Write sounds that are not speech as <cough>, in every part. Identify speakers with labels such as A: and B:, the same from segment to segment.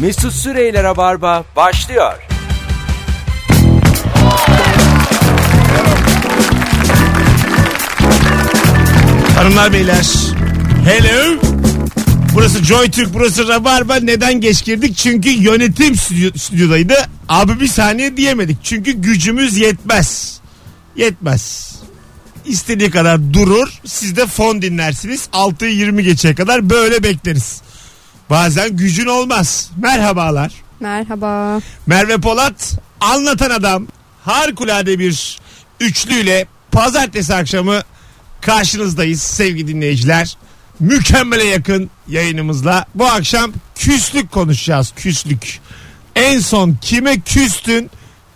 A: Mesut Süreyler'e barba başlıyor.
B: Hanımlar beyler. Hello. Burası Joy Türk, burası Rabarba. Neden geç girdik? Çünkü yönetim stüdyo- stüdyodaydı. Abi bir saniye diyemedik. Çünkü gücümüz yetmez. Yetmez. İstediği kadar durur. Siz de fon dinlersiniz. 6'yı 20 geçeye kadar böyle bekleriz. Bazen gücün olmaz. Merhabalar.
C: Merhaba.
B: Merve Polat anlatan adam harikulade bir üçlüyle pazartesi akşamı karşınızdayız sevgili dinleyiciler. Mükemmele yakın yayınımızla bu akşam küslük konuşacağız küslük. En son kime küstün,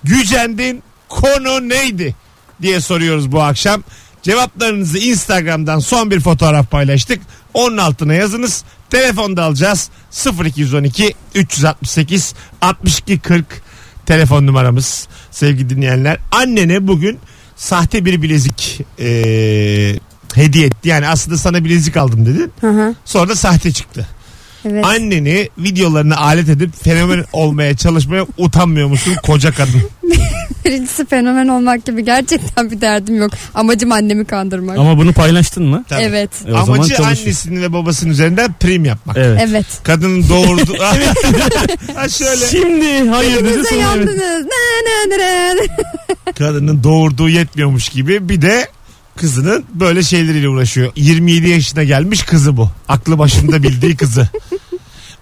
B: gücendin, konu neydi diye soruyoruz bu akşam. Cevaplarınızı Instagram'dan son bir fotoğraf paylaştık. Onun altına yazınız. Telefonda alacağız. 0212 368 62 40 telefon numaramız sevgili dinleyenler. Annene bugün sahte bir bilezik eee, hediye etti. Yani aslında sana bilezik aldım dedi.
C: Hı hı.
B: Sonra da sahte çıktı.
C: Evet.
B: Anneni videolarına alet edip fenomen olmaya çalışmaya utanmıyor musun koca kadın?
C: Birincisi fenomen olmak gibi gerçekten bir derdim yok. Amacım annemi kandırmak.
D: Ama bunu paylaştın mı?
B: Tabii.
C: Evet.
D: E, o zaman
B: Hani Amacı
D: çalışır.
B: annesinin ve babasının üzerinden prim yapmak.
D: Evet.
C: Evet.
B: Kadının
D: <laughs>
B: doğurdu. ha şöyle.
D: Şimdi hayır dedi
C: Bize
D: sonra evet.
C: yandınız. Ne ne ne ne.
B: kadının doğurduğu yetmiyormuş gibi bir de kızının böyle şeyleriyle uğraşıyor. 27 yaşına gelmiş kızı bu. Aklı başında bildiği kızı.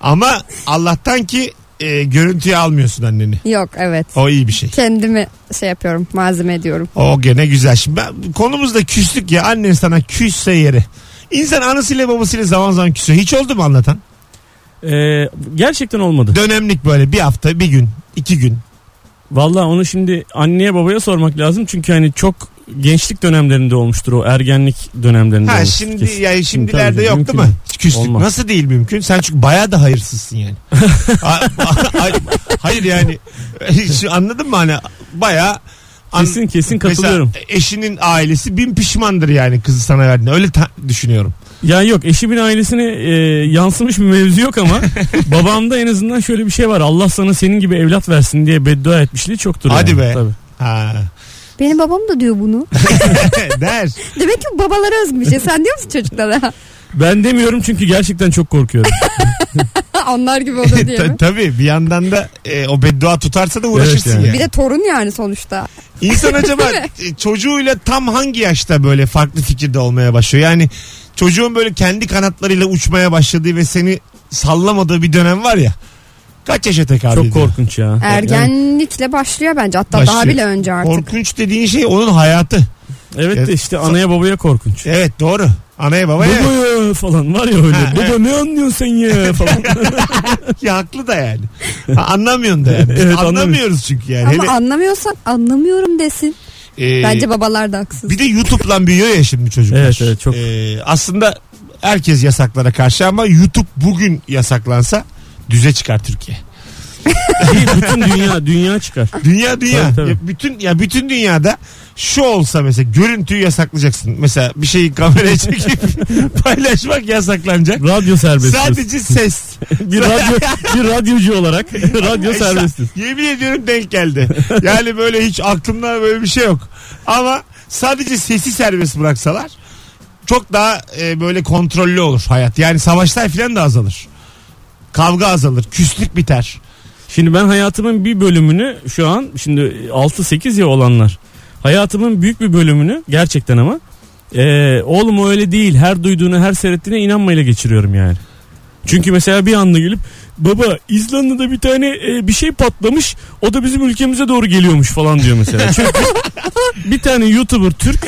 B: Ama Allah'tan ki e, görüntüye almıyorsun anneni.
C: Yok evet.
B: O iyi bir şey.
C: Kendimi şey yapıyorum malzeme ediyorum.
B: O gene güzel. Şimdi ben, konumuz da küslük ya. Annen sana küsse yeri. İnsan anasıyla babasıyla zaman zaman küsüyor. Hiç oldu mu anlatan?
D: Ee, gerçekten olmadı.
B: Dönemlik böyle bir hafta, bir gün, iki gün.
D: Vallahi onu şimdi anneye babaya sormak lazım. Çünkü hani çok gençlik dönemlerinde olmuştur o ergenlik dönemlerinde
B: Ha
D: olmuştur
B: şimdi
D: kesin.
B: yani şimdilerde
D: tabii,
B: yok
D: mümkün
B: değil mi?
D: değil.
B: Küslük
D: Olmaz.
B: nasıl değil mümkün? Sen çünkü bayağı da hayırsızsın <laughs> yani. Ha- ha- hay- Hayır yani Şu anladın mı hani bayağı an-
D: Kesin kesin
B: Mesela
D: katılıyorum.
B: eşinin ailesi bin pişmandır yani kızı sana verdiğine öyle ta- düşünüyorum.
D: Ya yok eşimin ailesine e, yansımış bir mevzu
B: <laughs>
D: yok ama babamda en azından şöyle bir şey var. Allah sana senin gibi evlat versin diye beddua etmişliği çoktur.
B: Hadi
D: yani.
B: be.
D: Tabii.
B: <laughs> Ha.
C: Benim babam da diyor bunu.
B: Der.
C: Demek ki bu babalara özgü bir şey. Sen diyor musun çocuklara? <laughs>
D: Ben demiyorum çünkü gerçekten çok korkuyorum.
C: Onlar gibi olur diye
B: Ta-
C: mi?
B: <laughs> tabii bir yandan da e, o beddua tutarsa da uğraşırsın
D: Evet yani.
B: yani.
C: Bir de torun yani sonuçta.
B: İnsan
C: <laughs>
B: acaba e, çocuğuyla tam hangi yaşta böyle farklı fikirde olmaya başlıyor? Yani çocuğun böyle kendi kanatlarıyla uçmaya başladığı ve seni sallamadığı bir dönem var ya. Kaç yaşa tekabül
D: çok
B: ediyor?
D: korkunç ya. Yani,
C: Ergenlikle başlıyor bence. Hatta daha
B: Başlıyor.
C: bile önce artık.
B: Korkunç dediğin şey onun hayatı.
D: evet de işte anaya babaya korkunç.
B: Evet doğru. Anaya babaya.
D: Baba ya falan var ya öyle.
B: Ha,
D: Baba
B: evet.
D: ne anlıyorsun sen ya falan.
B: <laughs>
D: <laughs>
B: Ya haklı da yani. Ha, anlamıyorsun da yani. Biz
D: <laughs> Evet, anlamıyorum.
B: anlamıyoruz çünkü yani.
C: Ama anlamıyorsan anlamıyorum desin.
B: Hele, e,
C: Bence babalar da haksız.
B: bir de YouTube'la büyüyor ya şimdi çocuklar.
D: Evet, evet, çok.
B: E, aslında herkes yasaklara karşı ama YouTube bugün yasaklansa düze çıkar Türkiye.
D: Değil, bütün dünya dünya çıkar.
B: Dünya dünya.
D: Tabii, tabii.
B: Ya bütün ya bütün dünyada şu olsa mesela görüntüyü yasaklayacaksın. Mesela bir şeyi kameraya çekip <laughs> paylaşmak yasaklanacak.
D: Radyo serbest.
B: Sadece
D: <laughs>
B: ses.
D: bir radyo bir radyocu olarak radyo
B: Ay, sa-
D: serbestiz.
B: Yemin ediyorum denk geldi. Yani böyle hiç aklımda böyle bir şey yok. Ama sadece sesi serbest bıraksalar çok daha e, böyle kontrollü olur hayat. Yani savaşlar falan da azalır. Kavga azalır, küslük biter.
D: Şimdi ben hayatımın bir bölümünü şu an şimdi 6-8 ya olanlar. Hayatımın büyük bir bölümünü gerçekten ama eee oğlum o öyle değil her duyduğunu her seyrettiğine inanmayla geçiriyorum yani. Çünkü mesela bir anda gelip baba İzlanda'da bir tane e, bir şey patlamış o da bizim ülkemize doğru geliyormuş falan diyor
B: <laughs>
D: mesela. Çünkü bir tane YouTuber Türk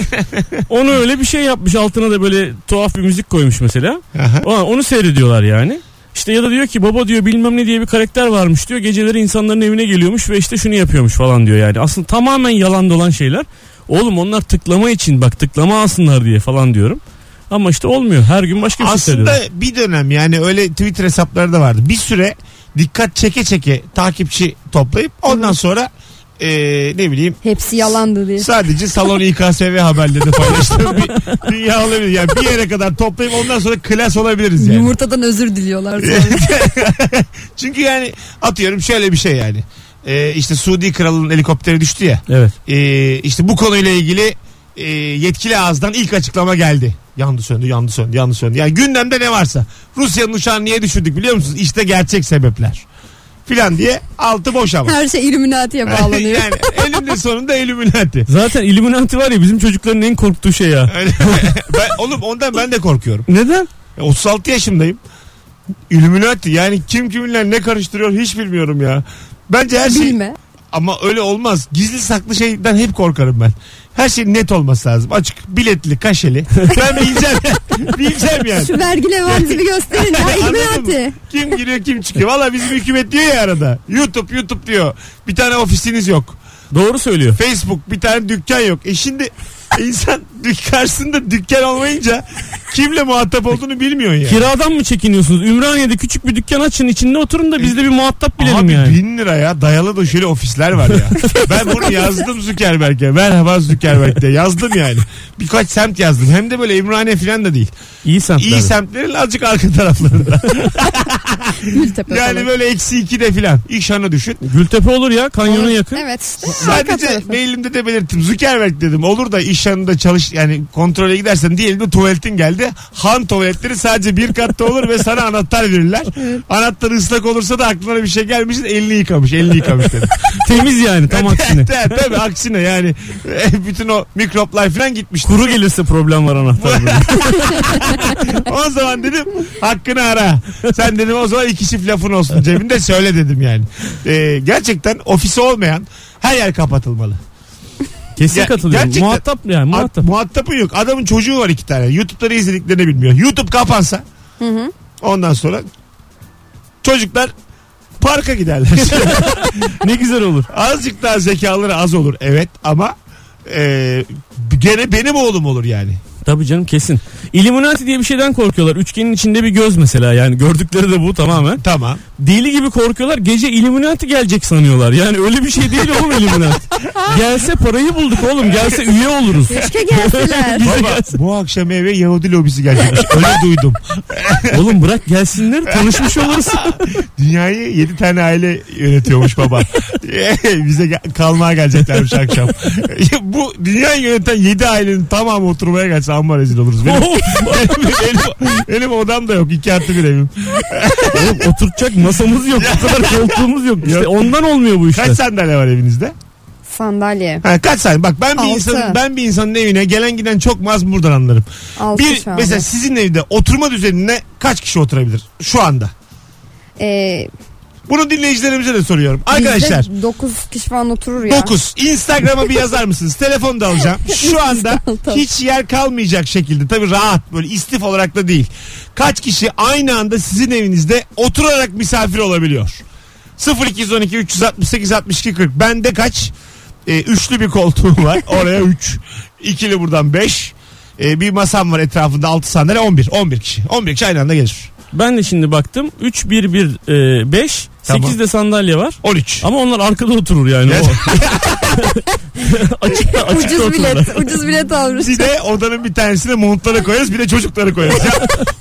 D: onu öyle bir şey yapmış altına da böyle tuhaf bir müzik koymuş mesela.
B: Aha.
D: Aa, Onu seyrediyorlar yani. İşte ya da diyor ki baba diyor bilmem ne diye bir karakter varmış diyor. Geceleri insanların evine geliyormuş ve işte şunu yapıyormuş falan diyor yani. Aslında tamamen yalan dolan şeyler. Oğlum onlar tıklama için bak tıklama alsınlar diye falan diyorum. Ama işte olmuyor. Her gün başka bir şey
B: Aslında
D: seyrediyorlar.
B: bir dönem yani öyle Twitter hesapları da vardı. Bir süre dikkat çeke çeke takipçi toplayıp ondan sonra e, ne bileyim
C: Hepsi yalandı diye.
B: Sadece salon İKSV haberlerini paylaştığım bir dünya olabilir. Yani bir yere kadar toplayıp ondan sonra klas olabiliriz yani.
C: Yumurtadan özür
B: <laughs>
C: diliyorlar sonra.
B: Çünkü yani atıyorum şöyle bir şey yani. Ee, işte Suudi kralının helikopteri düştü ya.
D: Evet.
B: Ee, işte bu konuyla ilgili e, yetkili ağızdan ilk açıklama geldi. Yandı söndü yandı söndü yandı söndü. Yani gündemde ne varsa. Rusya'nın uçağını niye düşürdük biliyor musunuz? İşte gerçek sebepler. Filan diye altı boş ama.
C: Her şey Illuminati'ye bağlanıyor.
B: yani elinde sonunda Illuminati.
D: Zaten Illuminati var ya bizim çocukların en korktuğu şey ya.
B: Öyle. <laughs> ben, oğlum ondan ben de korkuyorum.
D: Neden?
B: E, 36 yaşındayım. Illuminati yani kim kiminle ne karıştırıyor hiç bilmiyorum ya. Bence her şey
C: Bilme.
B: ama öyle olmaz. Gizli saklı şeyden hep korkarım ben. Her şey net olması lazım. Açık, biletli, kaşeli. Ben <laughs> bileceğim. bileceğim yani.
C: Şu vergi levhanızı bir gösterin ya
B: <laughs> Anladın mı?
C: Illuminati.
B: Kim giriyor kim çıkıyor. Valla bizim hükümet diyor ya arada. YouTube YouTube diyor. Bir tane ofisiniz yok.
D: Doğru söylüyor.
B: Facebook bir tane dükkan yok. E şimdi insan dük- karşısında dükkan olmayınca kimle muhatap olduğunu bilmiyorsun yani.
D: Kiradan mı çekiniyorsunuz? Ümraniye'de küçük bir dükkan açın içinde oturun da biz de bir muhatap bilelim
B: Abi
D: yani.
B: bin lira ya dayalı da şöyle ofisler var ya. ben bunu yazdım Zuckerberg'e. Merhaba Zuckerberg diye yazdım yani. Birkaç semt yazdım. Hem de böyle İmraniye falan da değil.
D: İyi semtler.
B: İyi semtlerin azıcık arka taraflarında.
C: Gültepe
B: yani
C: falan.
B: böyle eksi iki de falan. İş anı düşün.
D: Gültepe olur ya kanyona yakın.
C: Evet işte arka
B: Sadece
C: tarafı.
B: mailimde de belirttim. Zuckerberg dedim. Olur da iş yanında çalış yani kontrole gidersen diyelim de tuvaletin geldi. Han tuvaletleri sadece bir katta olur ve sana anahtar verirler. Anahtar ıslak olursa da aklına bir şey gelmiş elini yıkamış. Elini yıkamış dedim.
D: Temiz yani tam
B: <laughs>
D: aksine.
B: Tabii tabii, aksine yani E, bütün o mikroplar falan gitmiş.
D: <laughs> Kuru gelirse problem var anahtarda.
B: O zaman dedim hakkını ara. Sen dedim o zaman iki çift lafın olsun cebinde söyle dedim yani. Ee, gerçekten ofisi olmayan her yer kapatılmalı.
D: Kesin
B: Ya,
D: katılıyorum.
B: gerçekten-
D: Muhatap yani
B: Ad-
D: muhatap.
B: muhatabı yok. Adamın çocuğu var iki tane. YouTube'da ne izlediklerini bilmiyor. YouTube kapansa ondan sonra çocuklar parka giderler.
D: <laughs> ne güzel olur.
B: Azıcık daha zekaları az olur evet ama e, gene benim oğlum olur yani.
D: Tabii canım kesin. Illuminati diye bir şeyden korkuyorlar. Üçgenin içinde bir göz mesela yani gördükleri de bu tamamen.
B: Tamam.
D: Deli gibi korkuyorlar. Gece Illuminati gelecek sanıyorlar. Yani öyle bir şey değil
C: <laughs>
D: oğlum Illuminati. Gelse parayı bulduk oğlum. Gelse üye oluruz.
B: <laughs>
C: Keşke gelseler.
D: <laughs> Bize
B: Baba
D: gelsin.
B: bu akşam eve Yahudi lobisi gelecekmiş. Öyle duydum.
D: Oğlum bırak gelsinler tanışmış
B: <laughs>
D: oluruz.
B: Dünyayı 7 tane aile yönetiyormuş baba. <laughs> Bize gel- kalmaya geleceklermiş akşam. <laughs> bu dünyayı yöneten 7 ailenin tamamı oturmaya gelse amma rezil oluruz. Benim, benim, benim, benim odam da yok. 2 artı bir evim.
D: Oğlum oturtacak masamız yok. O kadar koltuğumuz yok. İşte
B: Yok.
D: ondan olmuyor bu işler.
B: Kaç sandalye var evinizde?
C: Sandalye.
B: Ha, kaç sandalye? Bak ben bir
C: Altı.
B: insanın ben bir insanın evine gelen giden çok maz buradan anlarım.
C: Altı
B: Bir
C: şu anda.
B: mesela sizin evde oturma düzenine kaç kişi oturabilir şu anda?
C: Ee,
B: Bunu dinleyicilerimize de soruyorum. Arkadaşlar
C: 9 kişi falan oturur ya.
B: 9. Instagram'a bir yazar mısınız? Telefonu da
C: <laughs>
B: alacağım. Şu anda
C: Tamam.
B: hiç yer kalmayacak şekilde. Tabii rahat böyle istif olarak da değil. Kaç kişi aynı anda sizin evinizde oturarak misafir olabiliyor? 0212 368 62 40. Bende kaç? Ee, üçlü bir koltuğum
C: <laughs>
B: var. Oraya 3. İkili buradan 5. bir masam var etrafında 6 sandalye 11. 11 kişi. 11 kişi aynı anda gelir.
D: Ben de şimdi baktım. 3, 1, 1, 5.
B: Tamam.
D: 8 e, de sandalye var.
B: 13.
D: Ama onlar arkada oturur yani.
B: Evet.
D: O. <laughs> açıkta açıkta
C: Ucuz
D: otururlar.
C: bilet, <laughs> ucuz bilet almış.
B: Bir de odanın bir tanesine montları koyarız bir de çocukları koyarız. Ya,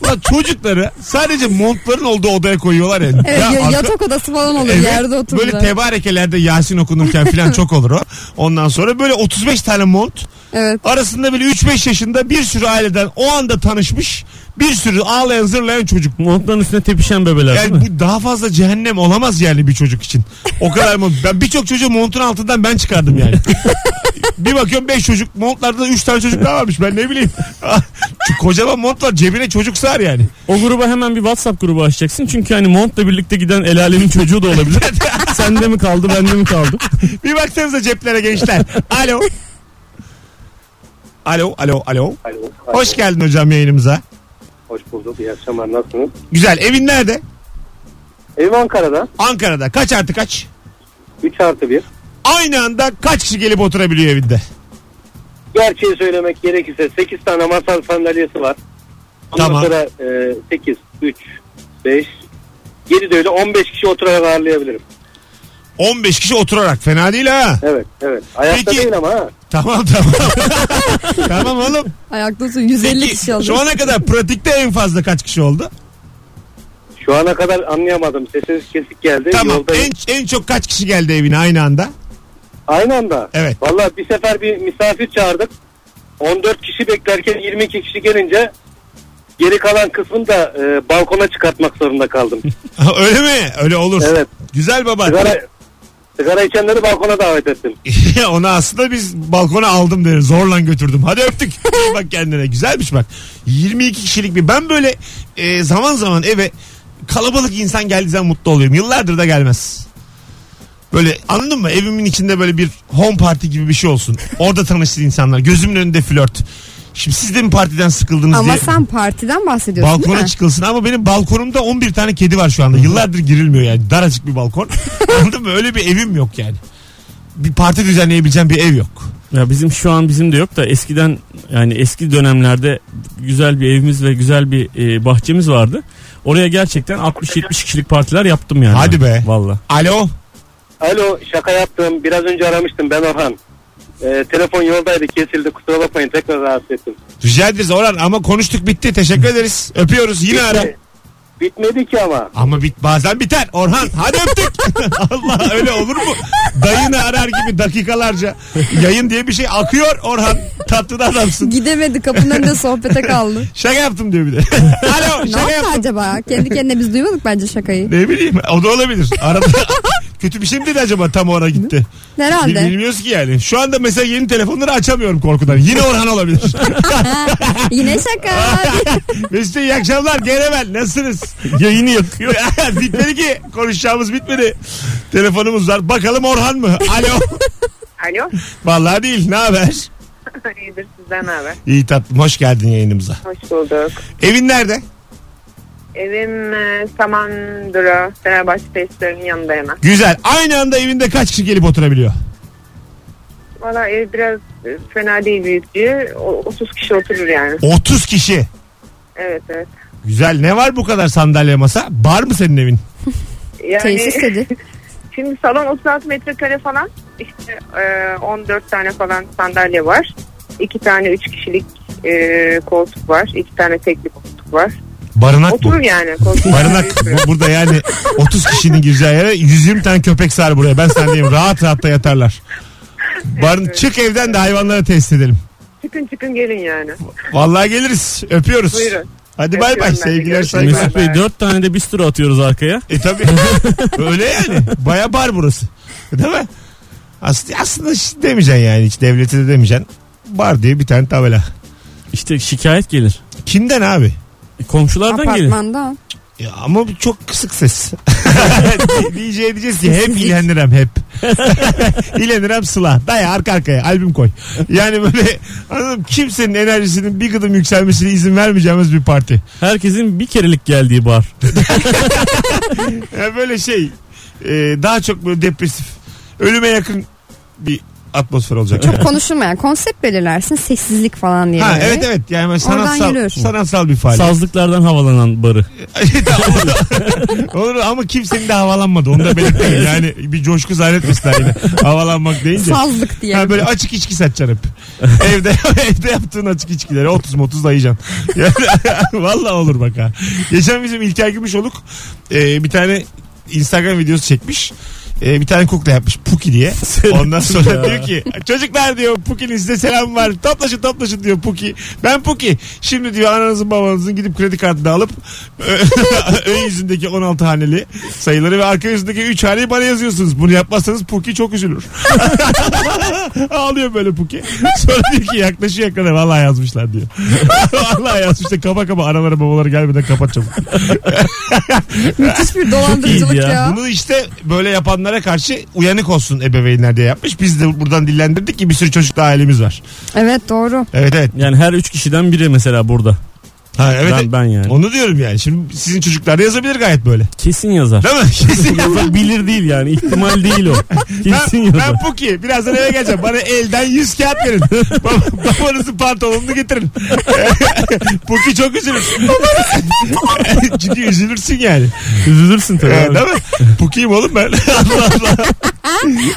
B: ulan çocukları sadece montların olduğu odaya koyuyorlar <laughs> ya.
C: Evet,
B: Ya
C: ya-
B: arka-
C: yatak odası falan olur,
B: Evet,
C: yerde otururlar.
B: Böyle tebarekelerde Yasin okunurken falan çok olur o. Ondan sonra böyle 35 tane mont.
C: evet.
B: Arasında böyle 3-5 yaşında bir sürü aileden o anda tanışmış bir sürü ağlayan zırlayan çocuk.
D: Montların üstüne tepişen bebeler değil
B: Yani
D: mi?
B: bu daha fazla cehennem olamaz yani bir çocuk için. O kadar mont. Ben birçok çocuğu montun altından ben çıkardım yani. bir bakıyorum 5 çocuk montlarda 3 tane çocuk daha varmış ben ne bileyim. <laughs> Şu Kocaman mont var cebine çocuk sığar yani. <laughs>
D: O gruba hemen bir WhatsApp grubu açacaksın. Çünkü hani montla birlikte giden el alemin çocuğu
B: <laughs>
D: da olabilir. Sende mi kaldı, bende mi kaldı?
B: Bir baksanıza ceplere gençler. Alo. Alo, alo, alo.
E: Alo.
B: Hoş geldin hocam yayınımıza.
E: Hoş bulduk. İyi akşamlar. Nasılsınız?
B: Güzel. Evin nerede?
E: Evim Ankara'da.
B: Ankara'da. Kaç artı kaç?
E: 3 artı 1.
B: Aynı anda kaç kişi gelip oturabiliyor evinde?
E: Gerçeği söylemek gerekirse 8 tane masa sandalyesi var. Ondan
B: Tamam.
E: sonra e, 8, 3, 5, 7 de öyle 15 kişi oturarak ağırlayabilirim.
B: 15 kişi oturarak fena değil ha.
E: Evet evet. Ayakta
B: Peki-
E: değil ama ha.
B: Tamam tamam. <laughs> tamam oğlum.
C: Ayakta olsun 150
B: Peki,
C: kişi alır.
B: şu ana kadar pratikte en fazla kaç kişi oldu?
E: Şu ana kadar anlayamadım. Sesiniz kesik geldi.
B: Tamam.
E: Yoldayım.
B: En, en çok kaç kişi geldi evine aynı anda? <laughs>
E: Aynı anda.
B: Evet.
E: Valla bir sefer bir misafir çağırdık. 14 kişi beklerken 22 kişi gelince geri kalan kısmını da e, balkona çıkartmak zorunda <laughs> kaldım.
B: Öyle mi? Öyle olur.
E: Evet.
B: Güzel baba.
E: Sigara, sigara içenleri balkona davet ettim.
B: <laughs> Onu aslında biz balkona aldım deriz. Zorla götürdüm. Hadi
C: <laughs>
B: öptük. bak kendine. Güzelmiş bak. 22 kişilik bir. Ben böyle e, zaman zaman eve kalabalık insan geldiği zaman mutlu oluyorum. Yıllardır da gelmez. Böyle anladın mı? Evimin içinde böyle bir home party gibi bir şey olsun. Orada tanıştığı insanlar. Gözümün önünde flört. Şimdi siz de mi partiden sıkıldınız
C: Ama
B: diye.
C: sen partiden bahsediyorsun değil
B: Balkona
C: mi?
B: çıkılsın ama benim balkonumda 11 tane kedi var şu anda. Yıllardır girilmiyor yani. Daracık bir balkon. <laughs> Anladın mı? Öyle bir evim yok yani. Bir parti düzenleyebileceğim bir ev yok.
D: Ya bizim şu an bizim de yok da eskiden yani eski dönemlerde güzel bir evimiz ve güzel bir e, bahçemiz vardı. Oraya gerçekten 60-70 kişilik partiler yaptım yani.
B: Hadi be.
D: Valla.
B: Alo.
E: Alo şaka yaptım. Biraz önce aramıştım ben Orhan. E, telefon yoldaydı kesildi kusura bakmayın tekrar rahatsız ettim.
B: Rica ederiz Orhan ama konuştuk bitti. Teşekkür ederiz. Öpüyoruz. Yine ara.
E: Bitme- Bitmedi ki ama.
B: Ama bit bazen biter. Orhan hadi öptük. <laughs> Allah öyle olur mu? Dayını arar gibi dakikalarca. Yayın diye bir şey akıyor Orhan. Tatlı da adamsın.
C: Gidemedi kapının önünde
B: <laughs>
C: sohbete kaldı.
B: Şaka yaptım diyor bir de. <laughs> Alo
C: ne
B: şaka
C: yaptı
B: yaptım.
C: acaba? Kendi kendine biz duymadık bence şakayı.
B: Ne bileyim o da olabilir. Arada <laughs> kötü bir şey mi dedi acaba tam o ara gitti. Bil-
C: Herhalde.
B: Bilmiyoruz ki yani. Şu anda mesela yeni telefonları açamıyorum korkudan. Yine Orhan olabilir. <laughs>
C: Yine şaka.
B: Mesut Bey, iyi akşamlar. Gelemel nasılsınız? Yayını yakıyor. <laughs> bitmedi ki. Konuşacağımız bitmedi. Telefonumuz var. Bakalım Orhan mı? Alo.
F: Alo. <laughs>
B: Vallahi değil. Ne haber?
F: İyidir sizden ne haber?
B: İyi tatlım. Hoş geldin yayınımıza.
F: Hoş bulduk.
B: Evin nerede?
F: Evim e, Samandıra, Fenerbahçe tesislerinin yanında hemen.
B: Güzel. Aynı anda evinde kaç kişi gelip oturabiliyor?
F: Valla ev biraz e, fena değil büyüklüğü. O- 30 kişi oturur yani.
B: 30 kişi.
F: Evet evet.
B: Güzel. Ne var bu kadar sandalye masa? Bar mı senin evin?
F: Yani
C: Tesis dedi.
F: <laughs> şimdi salon 36 metrekare falan. İşte e, 14 tane falan sandalye var. 2 tane 3 kişilik e, koltuk var. 2 tane tekli koltuk var.
B: Barınak bu.
F: Oturur yani. Koltuk
B: Barınak Bu- burada yani 30 kişinin gireceği yere 120 tane köpek sar buraya. Ben sendeyim. Rahat rahat da yatarlar. Barın, çık evden de hayvanları test edelim.
F: Çıkın çıkın gelin yani.
B: Vallahi geliriz. Öpüyoruz.
F: Buyurun.
B: Hadi bay bay.
F: Öpüyorum ben de.
B: Sevgiler
F: Görüşmek
B: saygılar.
F: üzere.
D: Mesut Bey 4 tane de bistro atıyoruz arkaya.
B: E tabii. Öyle yani. Baya bar burası. Değil mi? Aslında, aslında hiç demeyeceksin yani. Hiç devlete de demeyeceksin. Bar diye bir tane tabela.
D: İşte şikayet gelir.
B: Kimden abi?
D: E, Komşulardan gelir.
C: Apartmanda.
B: Ya ama bu çok kısık <laughs> ses. DJ diyeceğiz ki hep ilenirem hep. <laughs> ilenirem Sıla. Daya arka arkaya albüm koy. Yani böyle anladın mı? kimsenin enerjisinin bir gıdım yükselmesine izin vermeyeceğimiz bir parti.
D: Herkesin bir kerelik geldiği bar.
B: Yani böyle şey e, daha çok böyle depresif. Ölüme yakın bir atmosfer olacak.
C: Çok konuşulmayan konsept belirlersin sessizlik falan diye.
B: Ha
C: böyle.
B: evet evet yani böyle
C: Oradan
B: sanatsal
C: yürür.
B: sanatsal bir <laughs> faaliyet.
D: Sazlıklardan havalanan barı.
B: Olur ama kimsenin de havalanmadı. Onu da belirteyim. <laughs> Yani bir coşku zannetmişler yine. Havalanmak deyince.
C: Sazlık diye.
B: Ha böyle açık içki satacaksın hep. <laughs> evde evde yaptığın açık içkileri 30 30 dayayacaksın. Yani, <laughs> Valla olur bak ha. Geçen bizim İlker Gümüşoluk e, bir tane Instagram videosu çekmiş. E, bir tane kukla yapmış Puki diye. Ondan sonra diyor ki çocuklar diyor Puki'nin size selam var. Toplaşın toplaşın diyor Puki. Ben Puki. Şimdi diyor ananızın babanızın gidip kredi kartını alıp ö- <laughs> ön yüzündeki 16 haneli sayıları ve arka yüzündeki 3 haneyi bana yazıyorsunuz. Bunu yapmazsanız Puki çok üzülür. <laughs> Ağlıyor böyle Puki. Sonra diyor ki yaklaşıyor ekrana vallahi yazmışlar diyor. <laughs> vallahi yazmışlar kapa kapa anaları babaları gelmeden kapat çabuk. <laughs>
C: Müthiş bir dolandırıcılık
D: iyiydi ya.
C: ya.
B: Bunu işte böyle yapanlara karşı uyanık olsun ebeveynler diye yapmış. Biz de buradan dillendirdik ki bir sürü çocuk daha ailemiz var.
C: Evet doğru.
B: Evet evet.
D: Yani her 3 kişiden biri mesela burada.
B: Ha, evet. e,
D: Ben, ben yani.
B: Onu diyorum yani. Şimdi sizin çocuklar da yazabilir gayet böyle.
D: Kesin yazar.
B: Değil mi? <laughs> Kesin
D: Bilir değil yani. ihtimal değil o. Kesin
B: <laughs> ben,
D: yazar.
B: ben Puki. Birazdan eve geleceğim. Bana elden 100 kağıt
D: <laughs>
B: verin. Bab- Babanızın pantolonunu getirin. <laughs> Puki çok üzülür. <laughs> Çünkü üzülürsün yani.
D: Üzülürsün tabii.
B: Ee,
D: abi.
B: değil mi? Puki'yim oğlum ben. <laughs> Allah Allah.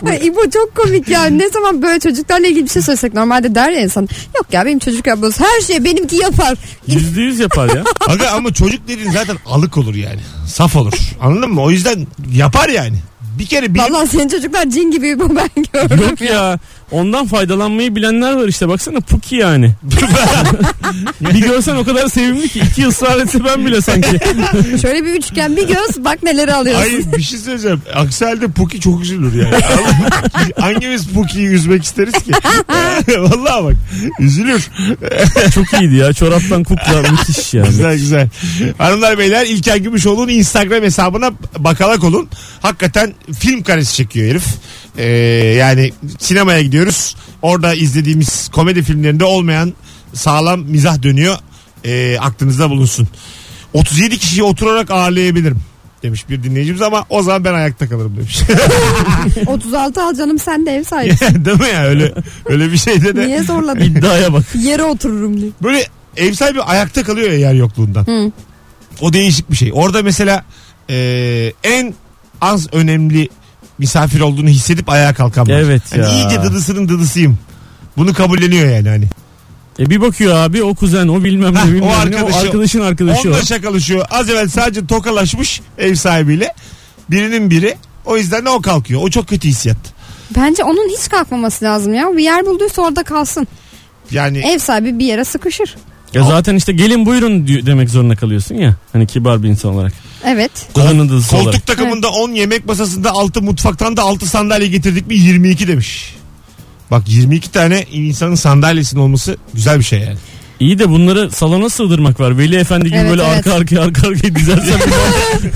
C: Ay, İbo çok komik ya. Ne zaman böyle çocuklarla ilgili bir şey söylesek normalde der ya insan. Yok ya benim çocuk yapmaz. Her şey benimki yapar.
D: Yüzde yüz yapar
B: <laughs>
D: ya.
B: Aga ama çocuk dediğin zaten alık olur yani. Saf olur. Anladın mı? O yüzden yapar yani. Bir kere bir...
C: Vallahi senin çocuklar cin gibi İbo ben <laughs> gördüm.
D: Yok ya. Ondan faydalanmayı bilenler var işte. Baksana
B: <laughs>
D: Puki yani. bir görsen o kadar sevimli ki. iki yıl ısrar etse ben bile sanki.
C: Şöyle bir üçgen bir göz bak neleri alıyorsun.
B: Hayır bir şey söyleyeceğim. Aksi halde Puki çok üzülür yani. Anladın mı? Hangimiz Puki'yi üzmek isteriz ki? Vallahi bak üzülür.
D: Çok iyiydi ya. Çoraptan kukla müthiş yani.
B: Güzel güzel. Hanımlar beyler İlker Gümüşoğlu'nun Instagram hesabına bakalak olun. Hakikaten film karesi çekiyor herif. Ee, yani sinemaya gidiyoruz. Orada izlediğimiz komedi filmlerinde olmayan sağlam mizah dönüyor. Ee, aklınızda bulunsun. 37 kişiyi oturarak ağırlayabilirim demiş bir dinleyicimiz ama o zaman ben ayakta kalırım demiş. <laughs>
C: 36 al canım sen de ev sahibi.
B: Değil mi ya
C: <laughs>
B: öyle öyle bir şeyde de.
C: Niye zorladın?
D: İddiaya bak.
C: Yere otururum diye.
B: Böyle ev sahibi ayakta kalıyor ya yer yokluğundan.
C: Hı.
B: O değişik bir şey. Orada mesela e, en az önemli misafir olduğunu hissedip ayağa kalkan var.
D: Evet
B: Hani
D: ya.
B: iyice dıdısının dıdısıyım. Bunu kabulleniyor yani hani.
D: E bir bakıyor abi o kuzen o bilmem ne
B: Heh, o
D: bilmem ne o
B: arkadaşı-
D: arkadaşın arkadaşı o.
B: Onunla şakalaşıyor. Az evvel sadece tokalaşmış ev sahibiyle. Birinin biri. O yüzden de o kalkıyor. O çok kötü hissiyat.
C: Bence onun hiç kalkmaması lazım ya. Bir yer bulduysa orada kalsın.
B: Yani
C: Ev sahibi bir yere sıkışır.
D: Ya zaten işte gelin buyurun diyor- demek zorunda kalıyorsun ya. Hani kibar bir insan olarak.
C: Evet.
D: Kadının dışı
B: koltuk
D: olarak.
B: takımında 10 yemek masasında 6 mutfaktan da 6 sandalye getirdik mi 22 demiş. Bak 22 tane insanın sandalyesinin olması güzel bir şey yani.
D: İyi de bunları salona sığdırmak var. Veli Efendi gibi
C: Evet,
D: böyle
C: evet.
D: arka arkaya arka arkaya dizersen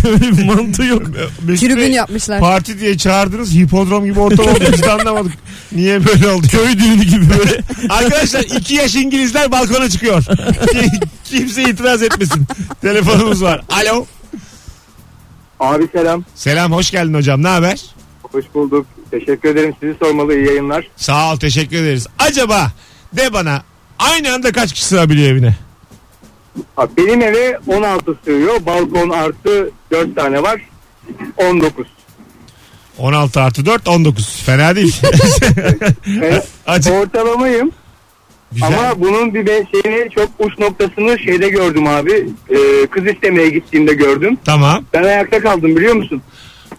D: böyle bir mantığı yok.
B: Mesut Bey,
C: Tribün yapmışlar.
B: Parti diye çağırdınız hipodrom gibi ortam oldu hiç de anlamadık. Niye böyle oldu? Köy düğünü gibi böyle. Arkadaşlar 2 yaş İngilizler balkona
C: <laughs>
B: çıkıyor. Ki- Kimse itiraz etmesin. Telefonumuz var. Alo.
E: Abi selam.
B: Selam hoş geldin hocam ne haber?
E: Hoş bulduk. Teşekkür ederim. Sizi sormalı. iyi yayınlar.
B: Sağ ol teşekkür ederiz. Acaba de bana aynı anda kaç kişi sığabiliyor evine?
E: Abi benim eve 16 sığıyor. Balkon artı 4 tane var. 19.
B: 16 artı 4 19. Fena değil. <laughs>
E: Evet.
B: Acı.
E: Ortalamayım.
B: Güzel.
E: Ama bunun bir ben şeyini çok uç noktasını şeyde gördüm abi. Ee, kız istemeye gittiğimde gördüm.
B: Tamam.
E: Ben ayakta kaldım biliyor musun?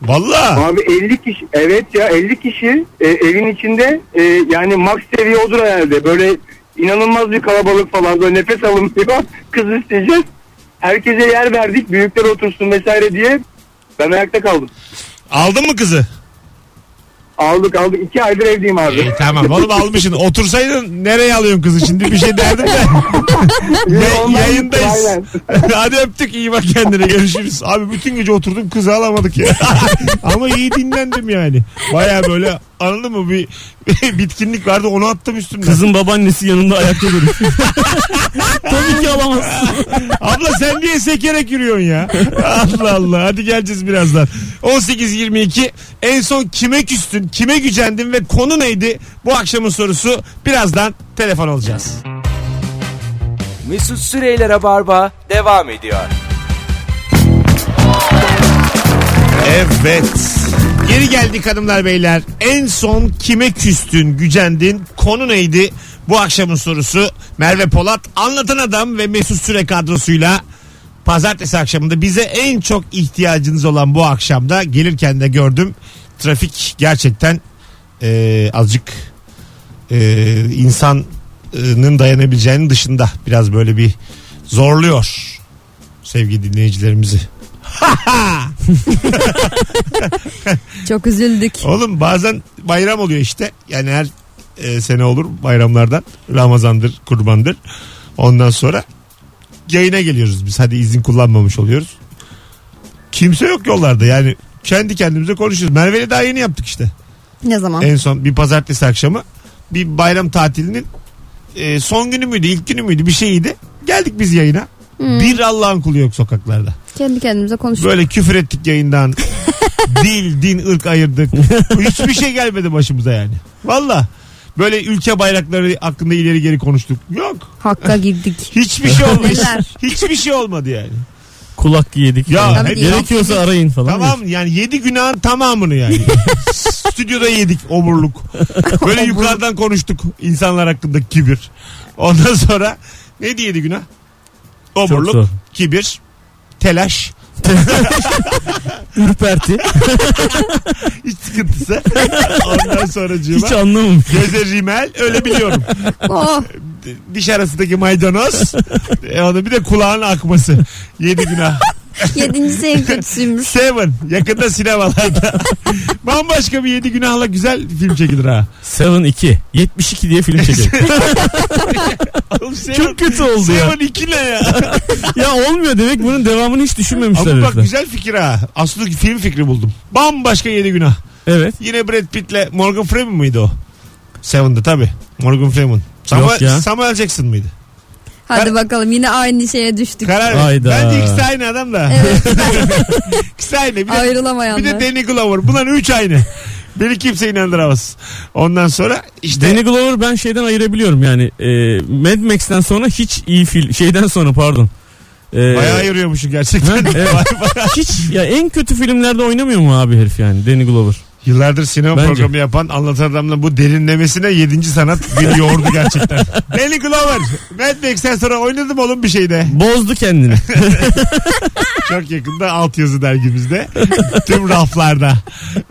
B: Valla.
E: Abi 50 kişi evet ya 50 kişi e, evin içinde e, yani max seviye odur herhalde. Böyle inanılmaz bir kalabalık falan böyle nefes alınmıyor. <laughs> Kız isteyeceğiz. Herkese yer verdik büyükler otursun vesaire diye ben ayakta kaldım.
B: Aldın mı kızı?
E: Aldık aldık. iki aydır evdeyim abi.
B: <laughs> E, tamam oğlum almışsın. Otursaydın nereye alıyorsun kızı şimdi bir şey derdim de. Ya-
E: Online
B: yayındayız.
E: aynen.
B: <laughs> Hadi öptük iyi bak kendine görüşürüz. Abi bütün gece oturdum kızı alamadık ya. <laughs> Ama iyi dinlendim yani. Baya böyle anladın mı bir, <laughs> bir bitkinlik vardı onu attım üstümden.
D: Kızın babaannesi yanında ayakta duruyor. <laughs> Tabii ki alamazsın.
B: Abla sen niye sekerek yürüyorsun ya? Allah Allah. Hadi geleceğiz birazdan. 18.22 en son kime küstün, kime gücendin ve konu neydi? Bu akşamın sorusu birazdan telefon alacağız.
A: Mesut Süreyler'e barba devam ediyor.
B: Evet. Geri geldik hanımlar beyler. En son kime küstün, gücendin? Konu neydi? Bu akşamın sorusu Merve Polat anlatan adam ve Mesut Süre kadrosuyla pazartesi akşamında bize en çok ihtiyacınız olan bu akşamda gelirken de gördüm. Trafik gerçekten e, azıcık e, insanın dayanabileceğinin dışında biraz böyle bir zorluyor sevgili dinleyicilerimizi.
C: Çok üzüldük.
B: Oğlum bazen bayram oluyor işte. Yani her e, sene olur bayramlardan. Ramazandır, kurbandır. Ondan sonra yayına geliyoruz biz. Hadi izin kullanmamış oluyoruz. Kimse yok yollarda yani kendi kendimize konuşuyoruz. Merve'yle daha yeni yaptık işte.
C: Ne zaman?
B: En son bir pazartesi akşamı bir bayram tatilinin e, son günü müydü, ilk günü müydü bir şeydi. Geldik biz yayına. Bir Allah'ın kulu yok sokaklarda.
C: Kendi kendimize konuşuyoruz.
B: Böyle küfür ettik
D: <laughs>
B: yayından. Dil, din, ırk ayırdık. Hiçbir şey gelmedi başımıza yani. Valla. Böyle ülke bayrakları hakkında ileri geri konuştuk. Yok. <laughs>
C: Hakka girdik.
B: Hiçbir şey olmadı.
C: Neler?
B: Hiçbir şey olmadı yani.
D: Kulak yedik.
B: Ya,
D: falan.
C: hep-
D: Gerekiyorsa arayın falan.
B: Tamam yani yedi günahın tamamını yani. Stüdyoda yedik oburluk. Böyle yukarıdan konuştuk insanlar hakkındaki kibir. Ondan sonra ne diye yedi günah?
D: zor.
B: Oburluk, kibir, telaş,
D: Ürperti.
B: iç sıkıntısı.
D: <laughs>
B: Ondan sonra
D: Hiç anlamamış.
B: Göze rimel öyle biliyorum.
C: Oh,
B: D- Diş arasındaki maydanoz. e, onu bir de kulağın akması. Yedi günah.
C: yedincisi en kötüsüymüş.
B: Seven. Yakında sinemalarda. Bambaşka bir yedi günahla güzel film çekilir ha.
D: 7-2. 72 diye
B: <laughs>
D: film çekiyor.
B: Oğlum Seven-
D: Çok kötü oldu ya.
B: Seven iki ne ya?
D: ya olmuyor demek bunun devamını hiç düşünmemişler.
B: Ama bak
D: herifler.
B: güzel fikir ha. Aslında film fikri buldum. Bambaşka yedi günah.
D: Evet.
B: Yine Brad Pitt'le Morgan Freeman mıydı o? Seven'da tabi. Morgan Freeman. Samuel,
D: ya.
B: Samuel Jackson mıydı?
C: Hadi bakalım yine aynı şeye düştük.
B: Karar ver.
D: Hayda.
B: Bence ikisi aynı adam da. <laughs>
C: Evet.
B: ikisi aynı. Bir de Bir de
C: Ayrılamayanlar.
B: Danny Glover. Bunların üç
D: <laughs>
B: aynı. Beni kimse inandıramaz. Ondan sonra işte
D: Danny Glover ben şeyden ayırabiliyorum yani. E, Mad Max'ten sonra hiç iyi film. Şeyden sonra pardon. E,
B: bayağı ayırıyormuşum gerçekten.
D: <laughs> Evet. Hiç ya en kötü filmlerde oynamıyor mu abi herif yani Danny Glover?
B: Yıllardır sinema
D: Bence.
B: programı yapan anlatan adamla bu derinlemesine 7. sanat beni yordu
D: <laughs>
B: gerçekten. Danny Glover. Mad Max'ten sonra oynadım oğlum bir şeyde. <laughs>
D: Bozdu kendini.
B: Çok yakında altyazı dergimizde. Tüm raflarda.